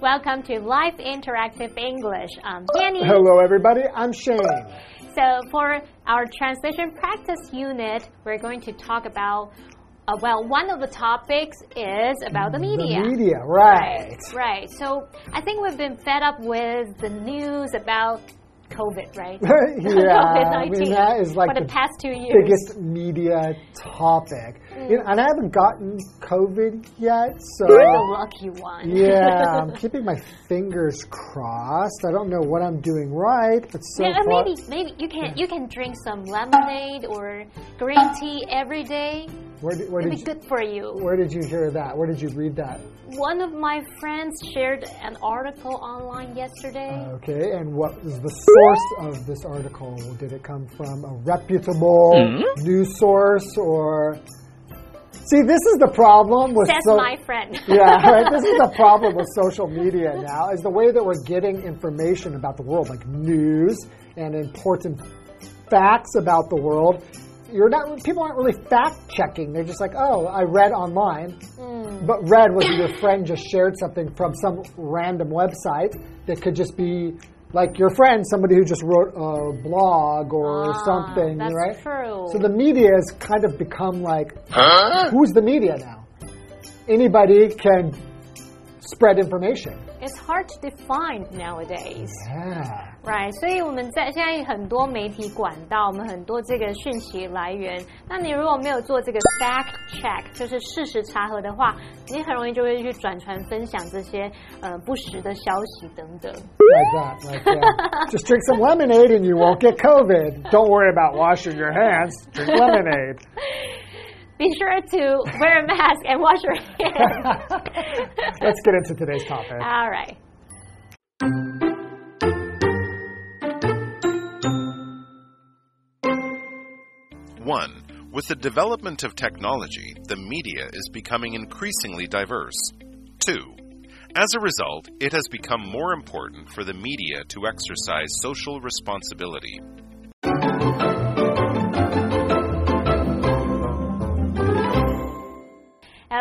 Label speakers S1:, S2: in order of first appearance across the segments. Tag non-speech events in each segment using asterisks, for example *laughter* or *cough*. S1: welcome to Live Interactive English. I'm Jenny.
S2: *laughs* Hello, everybody. I'm Shane.
S1: So, for our translation practice unit, we're going to talk about, uh, well, one of the topics is about the media.
S2: The media, right. *laughs*
S1: Right. So, I think we've been fed up with the news about COVID, right?
S2: *laughs*
S1: *laughs*
S2: yeah, I mean, that is like
S1: for the,
S2: the
S1: past two years.
S2: biggest media topic.
S1: Mm.
S2: You know, and I haven't gotten COVID yet,
S1: *laughs*
S2: so.
S1: You're *laughs* the lucky one. *laughs*
S2: uh, yeah, I'm keeping my fingers crossed. I don't know what I'm doing right, but so
S1: yeah, uh,
S2: far.
S1: maybe maybe you can you can drink some lemonade or green tea every day.
S2: Where did, where,
S1: It'd
S2: did
S1: be
S2: you,
S1: good for you.
S2: where did you hear that? Where did you read that?
S1: One of my friends shared an article online yesterday.
S2: Okay, and what was the source of this article? Did it come from a reputable
S1: Mm-hmm.
S2: news source or? See, this is the problem with
S1: That's
S2: so-
S1: my friend.
S2: yeah, right. This is the problem with social media now is the way that we're getting information about the world, like news and important facts about the world. You're not people aren't really fact checking. They're just like, oh, I read online,
S1: Hmm.
S2: but read was your friend just shared something from some random website that could just be like your friend, somebody who just wrote a blog or
S1: Ah,
S2: something,
S1: that's
S2: right?
S1: true.
S2: So the media has kind of become like, who's the media now? Anybody can spread information.
S1: It's hard to define nowadays.
S2: Yeah.
S1: Right，所以我们在现在很多媒体管道，我们很多这个讯息来源。那你如果没有做这个 fact check，就是事实查核的话，你很容易就会去转传分享这些呃不实的消息等等。
S2: Like that, like that. Just drink some lemonade and you won't get COVID. Don't worry about washing your hands. Drink lemonade.
S1: Be sure to wear a mask and wash your
S2: *laughs*
S1: hands. *laughs*
S2: Let's get into today's topic.
S1: All right.
S3: One, with the development of technology, the media is becoming increasingly diverse. Two, as a result, it has become more important for the media to exercise social responsibility.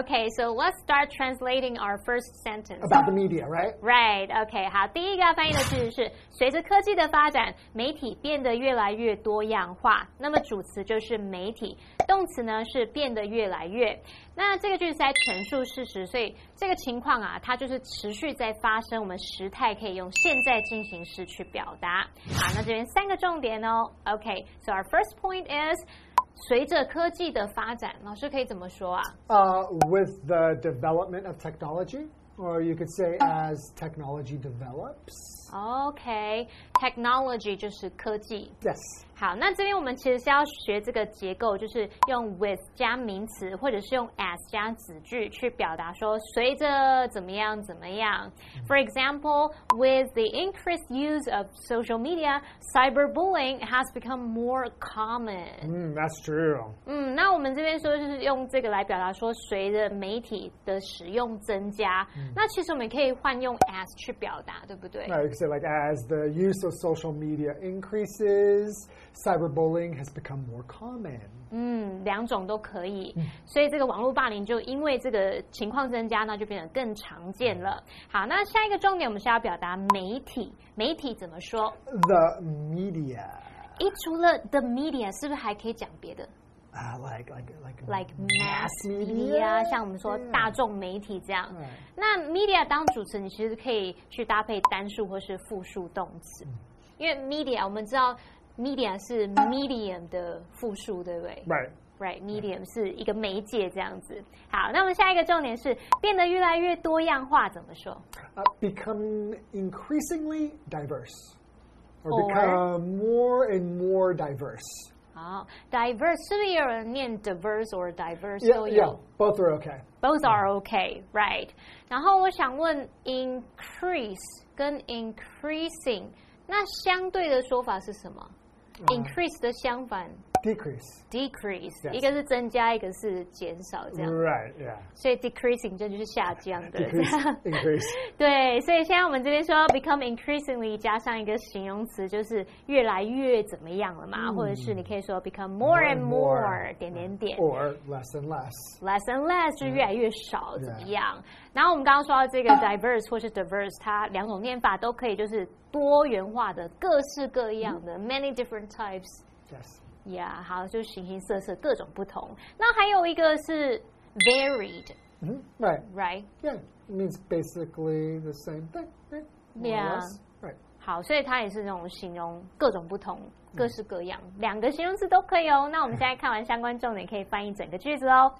S1: Okay, so let's start translating our first sentence.
S2: About the media, right?
S1: Right, OK，好，第一个要翻译的句子是： *laughs* 随着科技的发展，媒体变得越来越多样化。那么主词就是媒体，动词呢是变得越来越。那这个句子在陈述事实，所以这个情况啊，它就是持续在发生。我们时态可以用现在进行时去表达。好，那这边三个重点哦。OK，so、our first point is，随着科技的发展，老师可以怎么说啊？
S2: Uh, with the development of technology, or you could say as technology develops.
S1: OK，technology、就是科技。
S2: Yes.
S1: 好，那这边我们其实是要学这个结构，就是用 with 加名词，或者是用 as 加子句去表达说随着怎么样怎么样。For example, with the increased use of social media, cyberbullying has become more common.
S2: Mm, that's true.
S1: 嗯，那我们这边说就是用这个来表达说随着媒体的使用增加，那其实我们也可以换用 as 去表达，对不对？
S2: No, you could say like as the use of social media increases, cyberbullying has become more common.
S1: 嗯，两种都可以。所以这个网络霸凌就因为这个情况增加，那就变得更常见了。好，那下一个重点我们是要表达媒体，媒体怎么说？
S2: The media,
S1: 诶，除了 the media，是不是还可以讲别的
S2: uh, like like like
S1: ？like mass media，像我嗯们说大众媒体这样。
S2: Right.
S1: 那 media 当主词，你其实可以去搭配单数或是复数动词，因为 media 我们知道 media 是 medium 的复数，对不对？
S2: right.
S1: Right, medium 是一个媒介这样子。好，那我们下一个重点是变得越来越多样化，怎么说？
S2: Uh, become increasingly diverse, or,
S1: Or-
S2: become more and more diverse.
S1: 好，diverse 是不是也有人念 diverse or diverse 都
S2: Yeah,
S1: 有
S2: yeah, both are okay.
S1: b o t h are okay, right？然后我想问，increase 跟
S2: 嗯
S1: increasing 那相对的说法是什么？increase 的相反
S2: decrease.
S1: decrease，、
S2: Yes. 嗯
S1: 一个是增加，一个是减少，这样。
S2: Right,
S1: *laughs*
S2: yeah.
S1: 所以 decreasing 这就是下降的。
S2: Decrease,
S1: *laughs*
S2: increase.
S1: 对，所以现在我们这边说 become increasingly 加上一个形容词，就是越来越怎么样了嘛，或者是你可以说 become 嗯 more
S2: More
S1: and
S2: and
S1: more 嗯
S2: more
S1: 点点点。
S2: Or less and less.
S1: less and less 就越来越少，
S2: Yeah.
S1: 怎么样？然后我们刚刚说到这个 diverse 或是 diverse，它两种念法都可以，就是多元化的、各式各样的、many different types。
S2: Yes.
S1: 呀、好，就是形形色色，各种不同。那还有一个是 varied，right？
S2: hmm Right. Yeah. It means basically the same thing. Yeah. more or
S1: Yeah.
S2: less. Right.
S1: 好，所以它也是那种形容各种不同、各式各样，两个形容词都可以哦。那我们现在看完相关重点，可以翻译整个句子哦。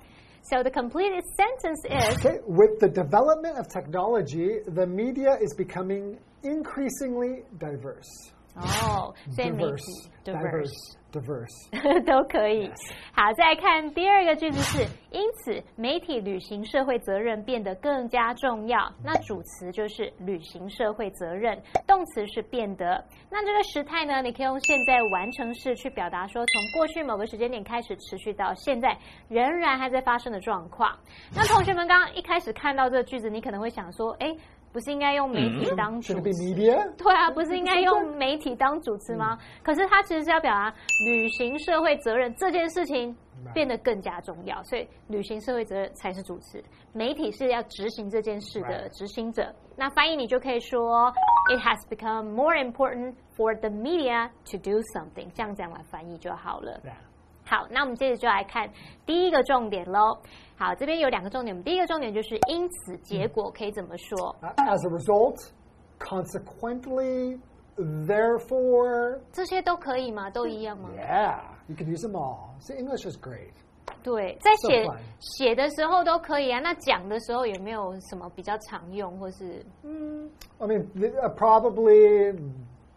S1: So the complete sentence is
S2: Okay, with the development of technology, the media is becoming increasingly diverse.
S1: 哦，所以媒
S2: Diverse.
S1: 体
S2: Diverse. Diverse.
S1: *laughs* diverse 都可以。好，再来看第二个句子是， *laughs* 因此媒体履行社会责任变得更加重要。那主词就是履行社会责任，动词是变得。那这个时态呢，你可以用现在完成式去表达说，从过去某个时间点开始持续到现在，仍然还在发生的状况。那同学们刚刚一开始看到这个句子，你可能会想说，哎，不是应该用媒体当主
S2: Should it
S1: 词
S2: be media?
S1: 对啊，不是应该用媒体当主持吗？可是它其实是要表达履行社会责任这件事情变得更加重要，所以履行社会责任才是主持，媒体是要执行这件事的
S2: Right.
S1: 执行者。那翻译你就可以说，It has become more important for the media to do something，这样讲来翻译就好了。
S2: Yeah.
S1: 好，那我们接着就来看第一个重点喽。好，这边有两个重点，我们第一个重点就是因此结果可以怎么说？
S2: Uh, As a result, consequently, therefore,
S1: 这些都可以吗？都一样吗？
S2: yeah, you can use them all. See, English is great.
S1: 对，在写
S2: fine.
S1: 写的时候都可以啊。那讲的时候有没有什么比较常用，或是
S2: I mean, th- uh, probably,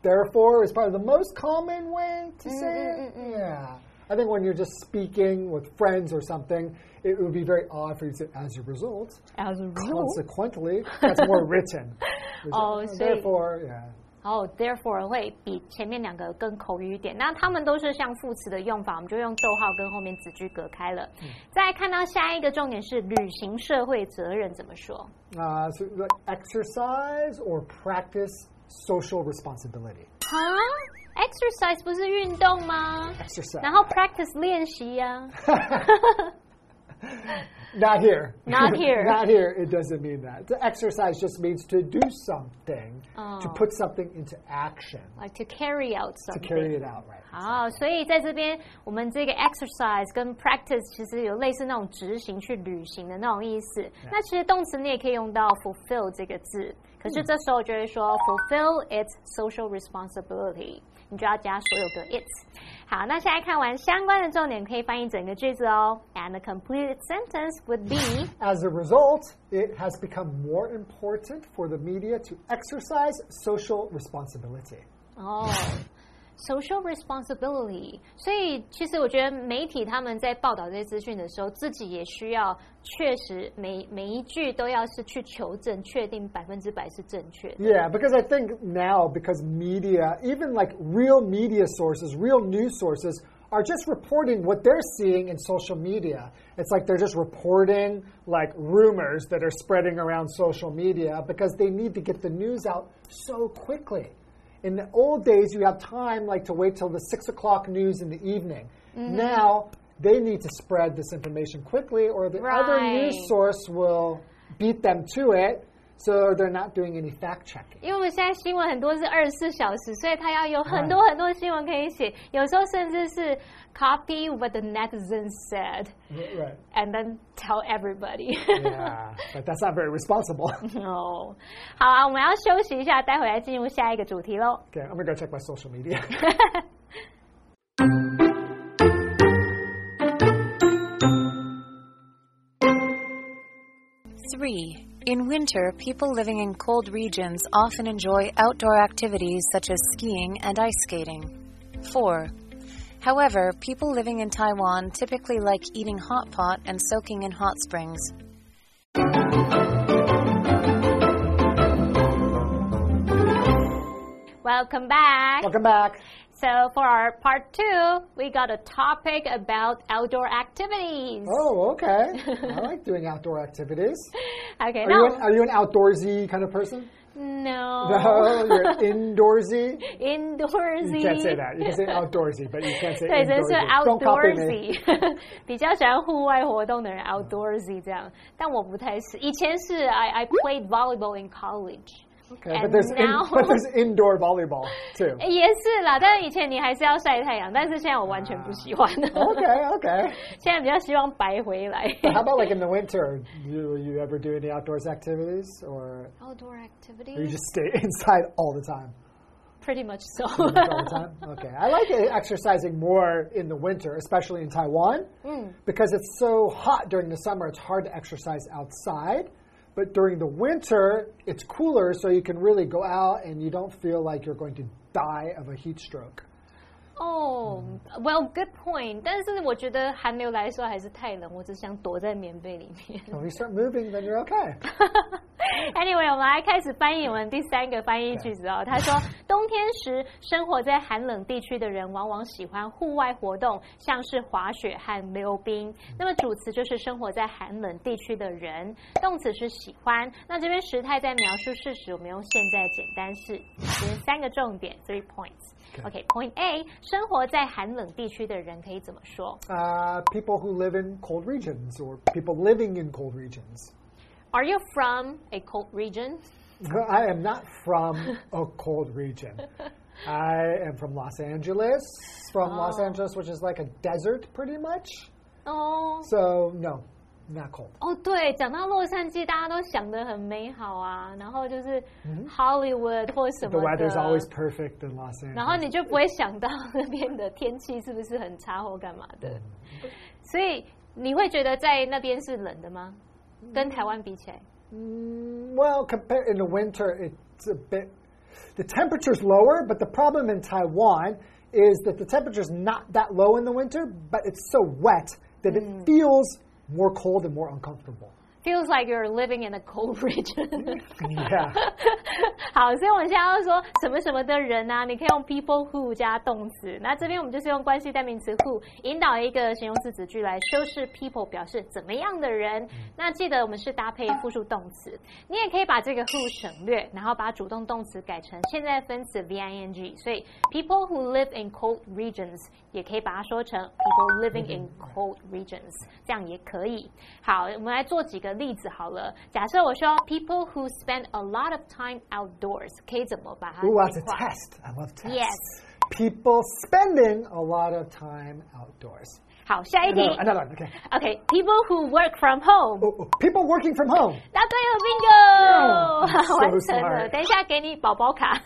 S2: therefore is probably the most common way
S1: Mm,
S2: to say it. Yeah. I think when you're just speaking with friends or something, it would be very odd for you to say, as a result.
S1: as a
S2: Consequently,
S1: *laughs*
S2: that's more written. uh,
S1: Oh, so-
S2: therefore, yeah.
S1: 哦、t h e r e f o r e 会比前面两个更口语一点。那它们都是像副词的用法，我们就用逗号跟后面子句隔开了。
S2: 嗯
S1: 再来看到下一个重点是履行社会责任怎么说？
S2: Uh, so like exercise or practice social responsibility.
S1: 哈 e x e r c i s e 不是运动吗？
S2: Exercise.
S1: 然后 practice 练习呀、
S2: Not here. *laughs*
S1: Not here.
S2: Not here. It doesn't mean that. To exercise just means to do something, to
S1: Oh.
S2: put something into action,
S1: l i k e to carry out
S2: to
S1: something。
S2: carry it out, right?
S1: 好，所以在这边，我们这个 exercise 跟 practice 其实有类似那种执行去旅行的那种意思。那其实动词你也可以用到 fulfill 这个字，可是这时候就会说 fulfill its social responsibility，你就要加所有个 its。好，那现在看完相关的重点，可以翻译整个句子哦。And the completed sentence would be
S2: As a result, it has become more important for the media to exercise social responsibility.
S1: 哦。Social responsibility，所以其实我觉得媒体他们在报道这些资讯的时候，自己也需要确实每每一句都要是去求证，确定百分之百是正确的。
S2: Yeah, because I think now, because media, even like real media sources, real news sources, are just reporting what they're seeing in social media. It's like they're just reporting like rumors that are spreading around social media because they need to get the news out so quickly. In the old days, you have time like to wait till the six o'clock news in the evening. Now they need to spread this information quickly, or the other news
S1: Right.
S2: source will beat them to it. So they're not doing any fact checking.
S1: 因为我们现在新闻很多是二十四小时，所以它要有很多很多新闻可以写，有时候甚至是 copy what the netizen said
S2: Right.
S1: and then tell everybody。
S2: Yeah, but that's not very
S1: *laughs*
S2: responsible.
S1: 哦，好啊，我们要休息一下，待会来进入下一个主题喽。
S2: Okay, I'm gonna go check my social media. *laughs*
S4: Three. In winter, people living in cold regions often enjoy outdoor activities such as skiing and ice skating. Four. However, people living in Taiwan typically like eating hot pot and soaking in hot springs.
S1: Welcome back.
S2: Welcome back.
S1: So for our part two, we got a topic about outdoor activities.
S2: Oh, okay. I like doing outdoor activities.
S1: okay,
S2: Are,
S1: now
S2: you an, are you an outdoorsy kind of person?
S1: no,
S2: *laughs* No, you're indoorsy.
S1: indoorsy.
S2: You can't say that. You can say outdoorsy, but you can't say
S1: 对，真是
S2: indoorsy. Don't copy me.
S1: outdoorsy，比 *laughs* 较喜欢户外活动的人 outdoorsy 这样，但我不太是。以前是 I I played volleyball in college，
S2: Okay, but
S1: And
S2: there's in- *laughs*
S1: *laughs* now-
S2: but there's indoor volleyball
S1: *laughs*
S2: too.
S1: 诶也是啦，但是以前你还是要晒太阳，但是现在我完全不喜欢
S2: *laughs* Okay, okay.
S1: *laughs* 现在比较希望白回来。
S2: But how about like in the winter? Do you ever do any outdoors activities, or
S1: Outdoor
S2: or you
S1: activities,
S2: just stay *laughs* inside all the time?
S1: pretty much so.
S2: all the time. Okay, I like uh, exercising more in the winter, especially in Taiwan, because it's so hot during the summer. It's hard to exercise outside, but during the winter, it's cooler, so you can really go out and you don't feel like you're going to die of a heat stroke.
S1: Oh, well, good point. 但是我觉得寒流来的时候还是太冷，我只想躲在棉被里面。
S2: When you start moving, then you're okay.
S1: Anyway，我们来开始翻译我们第三个翻译句子哦。他说，冬天时生活在寒冷地区的人，往往喜欢户外活动，像是滑雪和溜冰。那么主词就是生活在寒冷地区的人，动词是喜欢。那这边时态在描述事实，我们用现在简单式。这边三个重点，three points。OK，point、A，生活在寒冷地区的人可以怎么说
S2: Uh, people who live in cold regions or people living in cold regions.
S1: ？Are you from a cold region？
S2: I am not from a cold region. I am from Los Angeles, from Los Angeles, which is like a desert pretty much.
S1: 哦、
S2: So no, not cold.
S1: 哦，对，讲到洛杉矶，大家都想得很美好啊，然后就是 Hollywood 或什
S2: 嗯 The
S1: 么
S2: weather's always
S1: 的，
S2: perfect in Los
S1: 然后
S2: Angeles.
S1: 你就不会想到 *laughs* 那边的天气是不是很差或干嘛的，
S2: 嗯
S1: 所以你会觉得在那边是冷的吗？跟台湾比起来，
S2: Mm, Well, compare in the winter, it's a bit. The temperature's lower, but the problem in Taiwan is that the temperature's not that low in the winter, but it's so wet that it feels more cold and more uncomfortable.
S1: feels like you're living in a cold region。
S2: Yeah.
S1: 好，所以我们现在要说什么什么的人啊，你可以用 people who 加动词。那这边我们就是用关系代名词 who 引导一个形容词子句来修饰 people 表示怎么样的人。那记得我们是搭配复数动词，你也可以把这个 who 省略，然后把主动动词改成现在分词 v i n g。所以 people who live in cold regions 也可以把它说成 people living in cold regions，这样也可以。好，我们来做几个例子好了。假设我说 people who spend a lot of time outdoors，可以怎么把它
S2: Ooh, that's a
S1: 简化
S2: test. I love tests.
S1: Yes.
S2: People spending a lot of time outdoors.
S1: 好，下一题。
S2: Another, another one. Okay.
S1: OK，people、who work from home，、
S2: Oh, oh, people working from home.
S1: 答对了
S2: Yeah, so
S1: ，bingo，完成
S2: smart
S1: 了。等一下给你宝宝卡，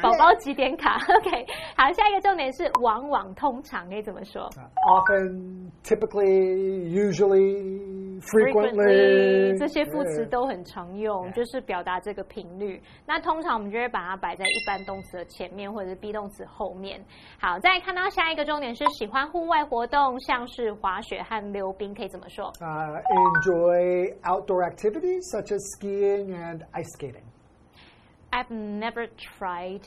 S1: 宝宝几点卡？OK，好，下一个重点是往往通常可以怎么说？
S2: often, typically, usually, frequently.
S1: 这些副词
S2: Yeah.
S1: 都很常用，就是表达这个频率。那通常我们就会把它摆在一般动词的前面，或者是 be 动词后面。好，再看到下一个重点是喜欢户外活动，像是滑雪和溜冰，可以怎么说
S2: Uh, enjoy outdoor activities such as skiing and ice skating.
S1: ？I've never tried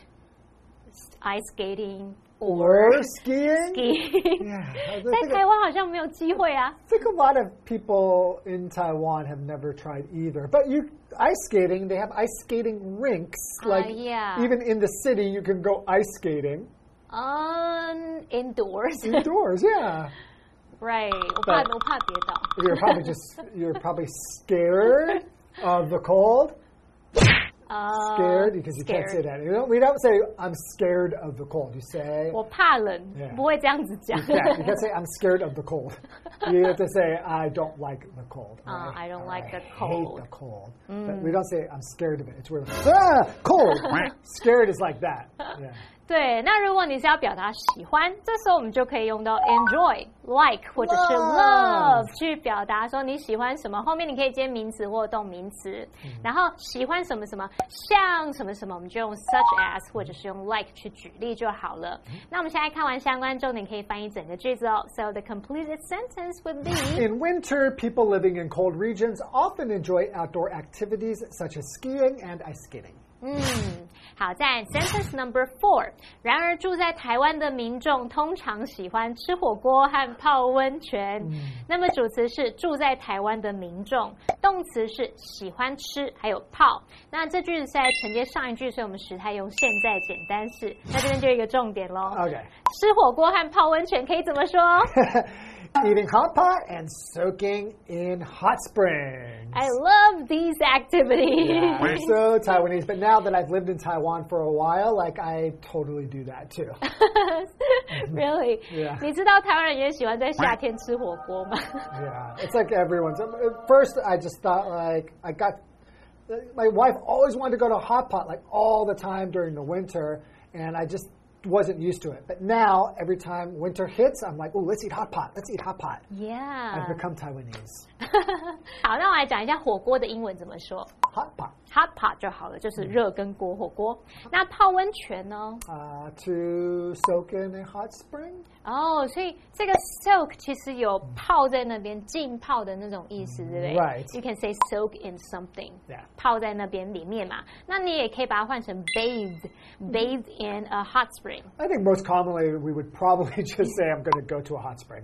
S1: ice skating
S2: Or skiing?
S1: skiing。 *laughs*
S2: Yeah. I
S1: 在
S2: think,
S1: 台湾好像没有机会啊。
S2: I think a lot of people in Taiwan have never tried either. But you ice skating, they have ice skating rinks.
S1: Uh,
S2: like
S1: yeah.
S2: even in the city you can go ice skating
S1: Um, indoors,
S2: indoors, yeah.
S1: *laughs* right？我怕
S2: 嗯对
S1: 我怕跌倒。
S2: You're probably just you're probably scared of the cold.
S1: 呃
S2: scared because you can't say
S1: Uh, scared.
S2: that. You don't, we don't say I'm scared of the cold. You say
S1: 我怕冷
S2: Yeah.
S1: 不会这样子讲。 *laughs*
S2: yeah, you can't say I'm scared of the cold. You have to say I don't like the cold. or,
S1: Ah, I don't
S2: or,
S1: like the
S2: Hate
S1: cold." Mm.
S2: the cold. But we don't say I'm scared of it. It's really ah,
S1: *laughs*
S2: cold. scared is like that. Yeah.
S1: 对，那如果你是要表达喜欢，这时候我们就可以用到 enjoy、like 或者是
S2: Love
S1: love 去表达说你喜欢什么，后面你可以接名词或动名词。然后喜欢什么什么，像什么什么，我们就用 such as 或者是用 like 去举例就好了。那我们现在看完相关重点，可以翻译整个句子哦。So the completed sentence would be。
S2: In winter, people living in cold regions often enjoy outdoor activities such as skiing and ice skating.
S1: 嗯，好，在 sentence number four。然而，住在台湾的民众通常喜欢吃火锅和泡温泉。那么主词是住在台湾的民众，动词是喜欢吃，还有泡。那这句是在承接上一句，所以我们时态用现在简单式。那这边就有一个重点喽。
S2: Okay.
S1: 吃火锅和泡温泉可以怎么说
S2: *laughs* Eating hot pot and soaking in hot springs.
S1: ？I love these activities.
S2: I'm so Taiwanese, but now that I've lived in Taiwan for a while, like I totally do that too.
S1: *laughs* really？、
S2: Yeah.
S1: *laughs* 你知道台湾人也喜欢在夏天吃火锅吗？
S2: Yeah, it's like everyone's. um, At first, I just thought like I got. My wife always wanted to go to a hot pot like all the time during the winter, and I just wasn't used to it. But now, every time winter hits, I'm like, oh, let's eat hot pot. Let's eat hot pot. I've
S1: yeah。
S2: become Taiwanese.
S1: 好，那我来讲一下火锅的英文怎么说
S2: Hot pot.
S1: ，hot pot 就好了，就是热跟锅火锅。那泡温泉呢？
S2: Uh, to soak in a hot spring.
S1: 哦，所以这个 soak 其实有泡在那边、浸泡的那种意思，对不对
S2: 嗯 Right.
S1: You can say soak in something.
S2: Yeah.
S1: 泡在那边里面嘛。那你也可以把它换成 bathed, bathed in a hot spring. *laughs*
S2: I think most commonly we would probably *laughs* just say I'm going to go to a hot spring.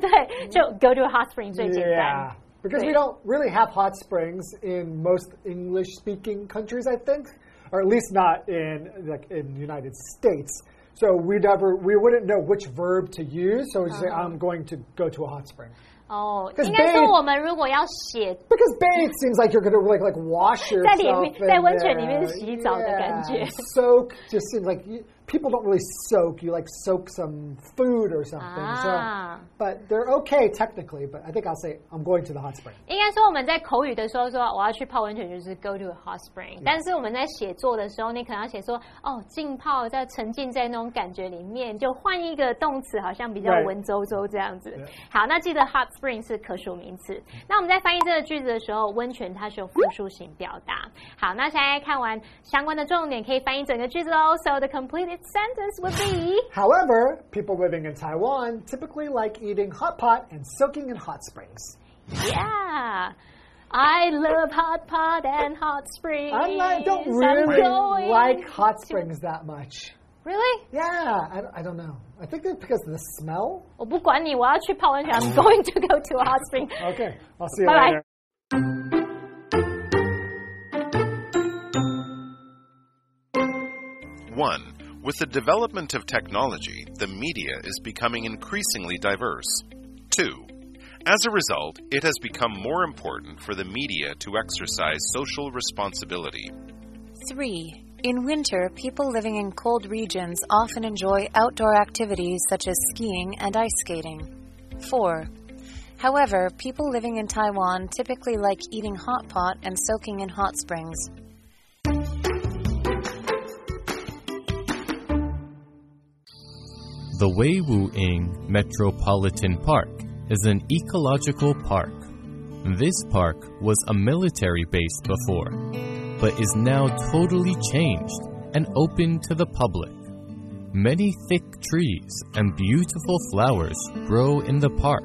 S1: 对，就 go to a hot spring 最简单。
S2: Because we
S1: Wait.
S2: don't really have hot springs in most English speaking countries, I think, or at least not in like in the United States. So we never we wouldn't know which verb to use, so we just say I'm going to go to a hot spring.
S1: 哦
S2: 'Cause
S1: 应该说
S2: bathe-
S1: 我们如果要写
S2: Because bathe seems like you're gonna like like wash
S1: *laughs*
S2: yourself.
S1: 在里面-
S2: in
S1: 在温泉里面洗澡的感觉。
S2: there. Yeah. Soak just seems like you, people don't really soak. You like soak some food or something.
S1: Ah.
S2: So, but they're okay technically. But I think I'll say I'm going to the hot spring.
S1: 应该说我们在口语的时候说我要去泡温泉就是 go to a hot spring，但是我们在写作的时候，你可能要写说哦浸泡在沉浸在那种感觉里面，就换一个动词，好像比较
S2: Right.
S1: 文绉绉这样子
S2: Yeah.。
S1: 好，那记得 hot spring 是可数名词。那我们在翻译这个句子的时候，温泉它是有复数型表达。好，那现在看完相关的重点，可以翻译整个句子喽。So the completed sentence would be
S2: However, people living in Taiwan typically like eating hot pot and soaking in hot springs.
S1: yeah. I love hot pot and hot springs.
S2: I'm not, I don't
S1: I'm
S2: really
S1: going
S2: like hot
S1: to-
S2: springs that much.
S1: Really?
S2: Yeah, I, I don't know. I think it's because of the smell.
S1: 我不管你，我要去泡温泉。I'm
S2: Um,
S1: going to go to a hot spring.
S2: Okay, I'll see you
S1: Bye-bye.
S2: later.
S3: One, with the development of technology, the media is becoming increasingly diverse. Two, as a result, it has become more important for the media to exercise social responsibility.
S4: 3. In winter, people living in cold regions often enjoy outdoor activities such as skiing and ice skating. 4. However, people living in Taiwan typically like eating hot pot and soaking in hot springs.
S5: The Wei Wu Ing Metropolitan Park is an ecological park. This park was a military base before, but is now totally changed and open to the public. Many thick trees and beautiful flowers grow in the park.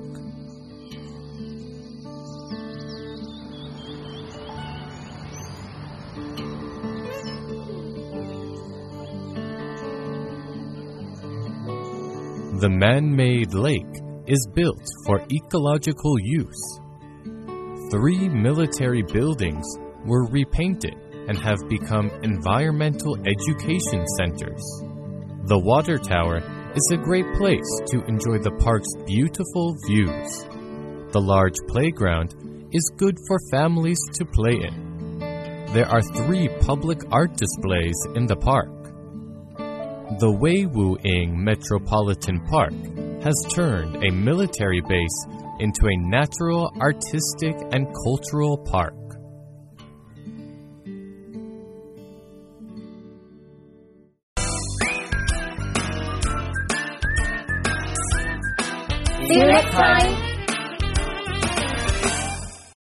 S5: The man made lake is built for ecological use. Three military buildings were repainted and have become environmental education centers. The water tower is a great place to enjoy the park's beautiful views. The large playground is good for families to play in. There are three public art displays in the park. The Wei Wu Ing Metropolitan Park has turned a military base into a natural, artistic, and cultural park.
S4: See you next time!